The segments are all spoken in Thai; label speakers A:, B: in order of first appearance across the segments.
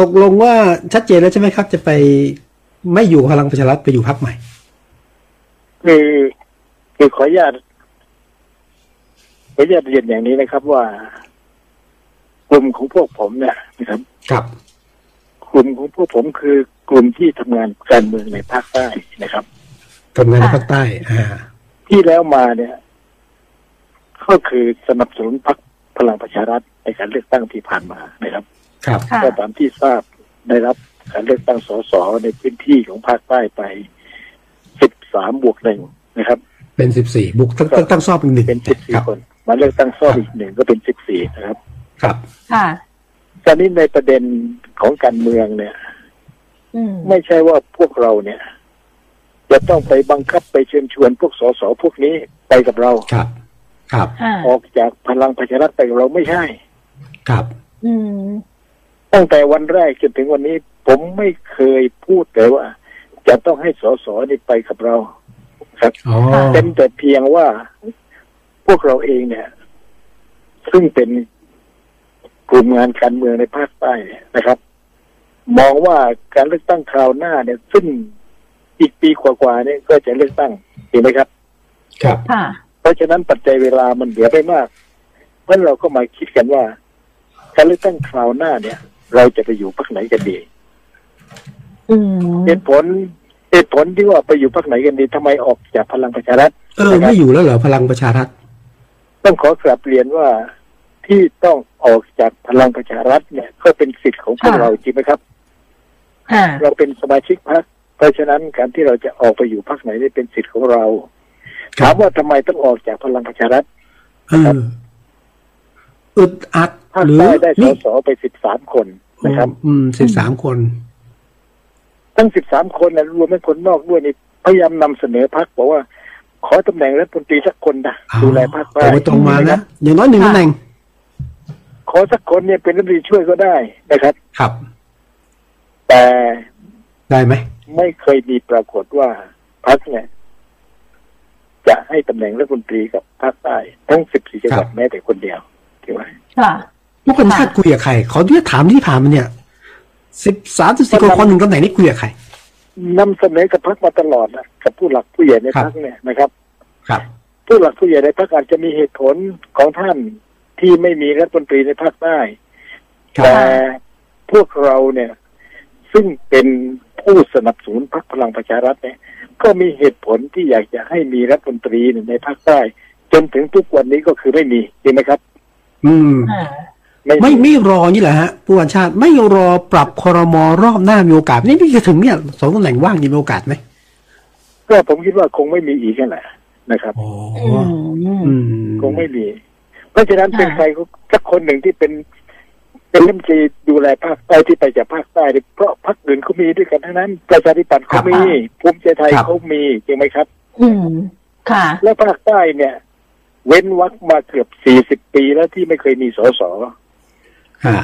A: ตกลงว่าชัดเจนแล้วใช่ไหมครับ จะไปไม่อยู่พลังประชารัฐไปอยู่พักใหม่
B: คือคือขออนุญาตขออนุญาตเรียนอย่างนี้นะครับว่า กลุ่มของพวกผมเนี่ยนะครับ
A: ครับ
B: กลุ่มของพวกผมคือกลุ่มที่ทำงานการเมืองในภาคใต้นะครับ
A: ทำงานในภาคใต้อ่า
B: ที่แล้วมาเนี่ย ก็คือสนับสนุนพรรคพลังประชารัฐในการเลือกตั้งที่ผ่านมานะครับ
A: ครับ
C: ค่ะ
B: ก็ตามที่ทราบได้รับการเลือกตั้งสสในพื้นที่ของภาคใต้ไปสิบสามบวกหนึ่งนะครับ
A: เป็นสิบสี่บุกตั้งตั้งตั้งซอบเป็นหนึ่ง
B: เป็นสิบสี่
A: ครับ
B: คนมาเลือกตั้งซ่อมอีกหนึ่งก็เป็นสิบสี่นะครับ
A: ครับ
C: ค่ะ
B: ตอนนี้ในประเด็นของการเมืองเนี่ย
C: อืม
B: ไม่ใช่ว่าพวกเราเนี่ย จะต้องไปบังคับไปเชิญชวนพวกสสพวกนี้ไปกับเรา
A: ครับ ครับ
C: ค่ะ
B: ออกจากพลังประชารัฐไปกับเราไม่ใช่
A: ครับ
C: อืม
B: ตั้งแต่วันแรกจนถึงวันนี้ ผมไม่เคยพูดเลยว่า จะต้องให้สสนี่ไปกับเรา ครับ
A: อ๋อ
B: เป็นแต่เพียงว่าพวกเราเองเนี่ย ซึ่งเป็นกลุ่มงานการเมืองในภาคใต้เนี่ยนะครับ มองว่าการเลือกตั้งคราวหน้าเนี่ย ซึ่งอีกปีกว่าๆเนี่ยก็จะเลือกตั้งถูกไหมครับ
A: ครับ
C: ค่ะ
B: เพราะฉะนั้นปัจจัยเวลามันเหลือไม่มาก เพราะฉะนั้นเราก็มาคิดกันว่า การเลือกตั้งคราวหน้าเนี่ย เราจะไปอยู่พรรคไหนกันดี
C: อืม
B: เหตุผลเหตุผลที่ว่าไปอยู่พรรคไหนกันดีทำไมออกจากพลังประชารัฐ
A: เออ ไม่อยู่แล้วเหรอพลังประชารัฐ
B: ต้องขอกลับเรียนว่าที่ต้องออกจากพลังประชารัฐเนี่ย ก็เป็นสิทธิ์ของพวกเราจริงไหมครับ
C: ค่ะ
B: เราเป็นสมาชิกพรรคเพราะฉะนั้นการที่เราจะออกไปอยู่พรรคไหนนี่เป็นสิทธิ์ของเรา
A: ครับ
B: ถามว่าทำไมต้องออกจากพลังประชารัฐ
A: เอออึดอัด
B: ภาค
A: หรือ
B: ใต้ได้ส
A: นี่
B: สไปสิบสามคนนะครับ
A: อืมสิบสามคน
B: ทั้ง 13 คนนะรวมทั้งคนนอกด้วยนี่พยายามนำเสนอพักบอกว่า ขอตำแหน่งรัฐมนตรีสักคนนะดูแลพัก
A: ไปตรงมานะอย่างน้อยหนึ่งตำแหน่ง
B: ขอสักคนเนี่ยเป็นรัฐมนตรีช่วยก็ได้นะครับ
A: ครับ
B: แต่
A: ได้ไหม
B: ไม่เคยมีปรากฏว่าพักเนี่ย จะให้ตำแหน่งรัฐมนตรีกับภาคใต้ทั้ง 14 จังหวัดแม้แต่คนเดียวถูกไหม
C: ค่ะ
A: พวกคนชาติคุยกับใครขอที่ถามที่ผ่านมาเนี่ยสิบสามสิบสี่คนคนหนึ่งตำแหน่งนี่คุยกับใคร
B: นำเสนอกับพักมาตลอดนะกับผู้หลักผู้ใหญ่ใน
A: ครับ
B: พักเนี่ยนะครับ
A: ครับ
B: ผู้หลักผู้ใหญ่ในภาคอาจจะมีเหตุผลของท่านที่ไม่มีรัฐมนตรีในภาคใต้
A: ครับ
B: แต่พวกเราเนี่ย ซึ่งเป็นผู้สนับสนุนพรรคพลังประชารัฐเนี่ย ก็มีเหตุผลที่อยากจะให้มีรัฐมนตรีในภาคใต้ จนถึงทุกวันนี้ก็คือไม่มีจริงไหมครับ
A: อืม
C: ค่ะ
A: ไม่ไม่รอนี่แหละฮะผู้บัญชาการไม่รอปรับคอรมอรอบหน้ามีโอกาสนี่นี่จะถึงเนี่ยสองตำแหน่งว่างยังมีโอกาสไหม
B: ก็ผมคิดว่าคงไม่มีอีกนั่นแหละนะครับ
A: โอ้
C: อืม
A: อืม
B: คงไม่มี เพราะฉะนั้น
C: ค่ะ
B: เป็นใครก็สักคนหนึ่งที่เป็น เป็นรัฐมนตรีดูแลภาคใต้ที่ไปจากภาคใต้เนี่ยเพราะพรรคอื่นเขามีด้วยกันทั้งนั้น ประชาธิปัตย์เขามีภูมิใจไทยเขามีจริงไหมครับ
C: อืมค่ะ
B: และภาคใต้เนี่ย เว้นวักมาเกือบสี่สิบปีแล้วที่ไม่เคยมีสส
A: ฮะ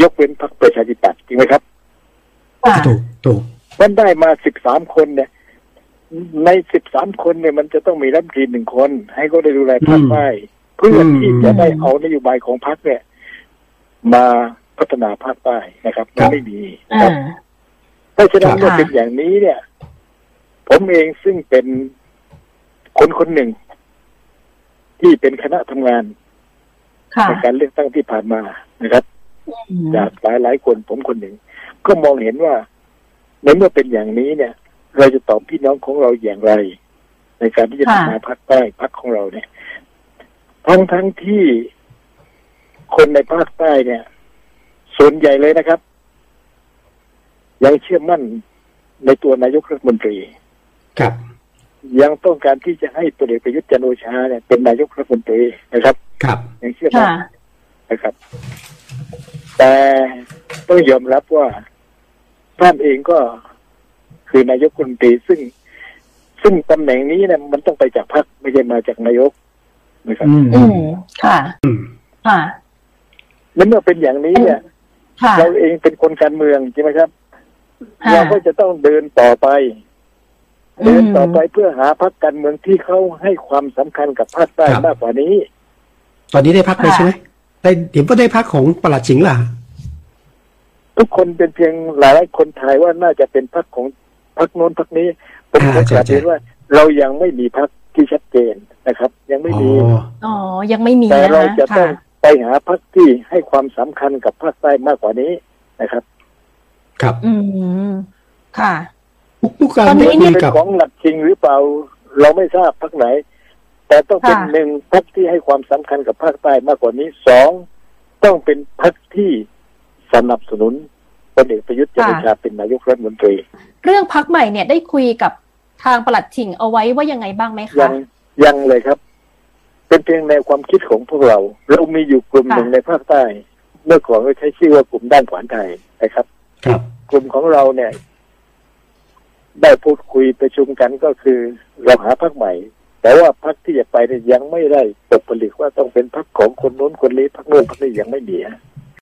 B: ยกเว้นพรรคประชาธิปัตย์จริงไหมครับ
C: ค่ะ
A: ถูกถูก
B: มันได้มาสิบสามคนเนี่ย ในสิบสามคนเนี่ย มันจะต้องมีรัฐมนตรีหนึ่งคน ให้เขาได้ดูแลภาคใต้เพื่อที่จะได้เอานโยบายของพรรคเนี่ย มาพัฒนาภาคใต้นะครับมันไม่มี
C: อ่า
B: ครับ เพราะฉะนั้น
C: ครับ
B: เมื่อเป็นอย่างนี้เนี่ย ผมเองซึ่งเป็นคนคนหนึ่ง ที่เป็นคณะทำงาน
C: ค่ะ
B: ในการเลือกตั้งที่ผ่านมานะครับ
C: อืม
B: จากหลายหลายๆคนผมคนหนึ่ง ก็มองเห็นว่า ในเมื่อเป็นอย่างนี้เนี่ย เราจะตอบพี่น้องของเราอย่างไร ในการที่จะทำงานภาคใต้พรรคของเราเนี่ยทั้งทั้งๆที่คนในภาคใต้เนี่ย ส่วนใหญ่เลยนะครับ ยังเชื่อมั่นในตัวนายกรัฐมนตรี
A: ครับ
B: ยังต้องการที่จะให้ตัวเอกประยุทธ์จันทร์โอชาเนี่ยเป็นนายกรัฐมนตรีนะครับ
A: ครับ
B: ยังเชื่อมั่
C: ค่ะ
B: น นะครับ แต่ต้องยอมรับว่าท่านเองก็คือนายกรัฐมนตรีซึ่ง ซึ่งตำแหน่งนี้เนี่ยมันต้องไปจากพรรคไม่ใช่มาจากนายกนะครับ
A: อืม
C: อืมค่ะ
A: อืม
C: ค่ะ
B: และเมื่อเป็นอย่างนี้เนี่ย
C: ค่ะ
B: เราเองเป็นคนการเมืองใช่ไหมครับ
C: ค่ะ
B: เราก็จะต้องเดินต่อไป เดินต่อไป
C: ม
B: เพื่อหาพรรคการเมืองที่เขาให้ความสำคัญกับภาคใต้มากกว่านี้
A: ตอนนี้ได้พักไปใช่ไหมได้เดี๋ยวก็ได้พักของประหลัดจิงล่ะ
B: ทุกคนเป็นเพียงหลายๆคนทายว่าน่าจะเป็นพรรคของพรรคโน้นพรรคนี้ผม
A: อ่า
B: ก็กลับ
A: ใช่ใช่
B: เรียนว่า เรายังไม่มีพรรคที่ชัดเจนนะครับ ยังไม่
A: อ๋
B: มี
A: อ
D: อ๋อ ยังไม่มี
B: แต่
D: นะ
B: เรา
D: คะ
B: จะต้อ
D: ค่ะ
B: งไปหาพรรคที่ให้ความสำคัญกับภาคใต้มากกว่านี้นะครับ
A: ครับ
D: อืม ค่ะ
A: ผู้การ
D: ตอนนี้
A: ได้คุ
D: นี่
A: ย
B: เป็น
A: กับ
B: ของหลักจริงหรือเปล่าเราไม่ทราบพรรคไหน แต่ต้องเป็น
D: ค่ะ
B: หนึ่งพรรคที่ให้ความสำคัญกับภาคใต้มากกว่านี้สองต้องเป็นพรรคที่สนับสนุนพลเอกประยุทธ์จันทร์โอชาเป็นนายกรัฐมนตรี
D: เรื่องพักใหม่เนี่ยได้คุยกับทางปลัดถิ่งเอาไว้ว่ายังไงบ้างไหม
B: ยั
D: คะ
B: งยังเลยครับ เป็นเพียงแนวความคิดของพวกเรา เรามีอยู่กลุ่ม
D: ค่ะ
B: หนึ่งในภาคใต้ เมื่อก่อนก็ใช้ชื่อว่ากลุ่มด้านขวานไทยนะครับ
A: ครับ
B: กลุ่มของเราเนี่ย ได้พูดคุยประชุมกันก็คือเราหาพักใหม่ แต่ว่าพักที่จะไปเนี่ยยังไม่ได้ตกผลึกว่าต้องเป็นพักของคนโน้นคนนี้พักโน้นพักนี้ยังไม่มีฮะ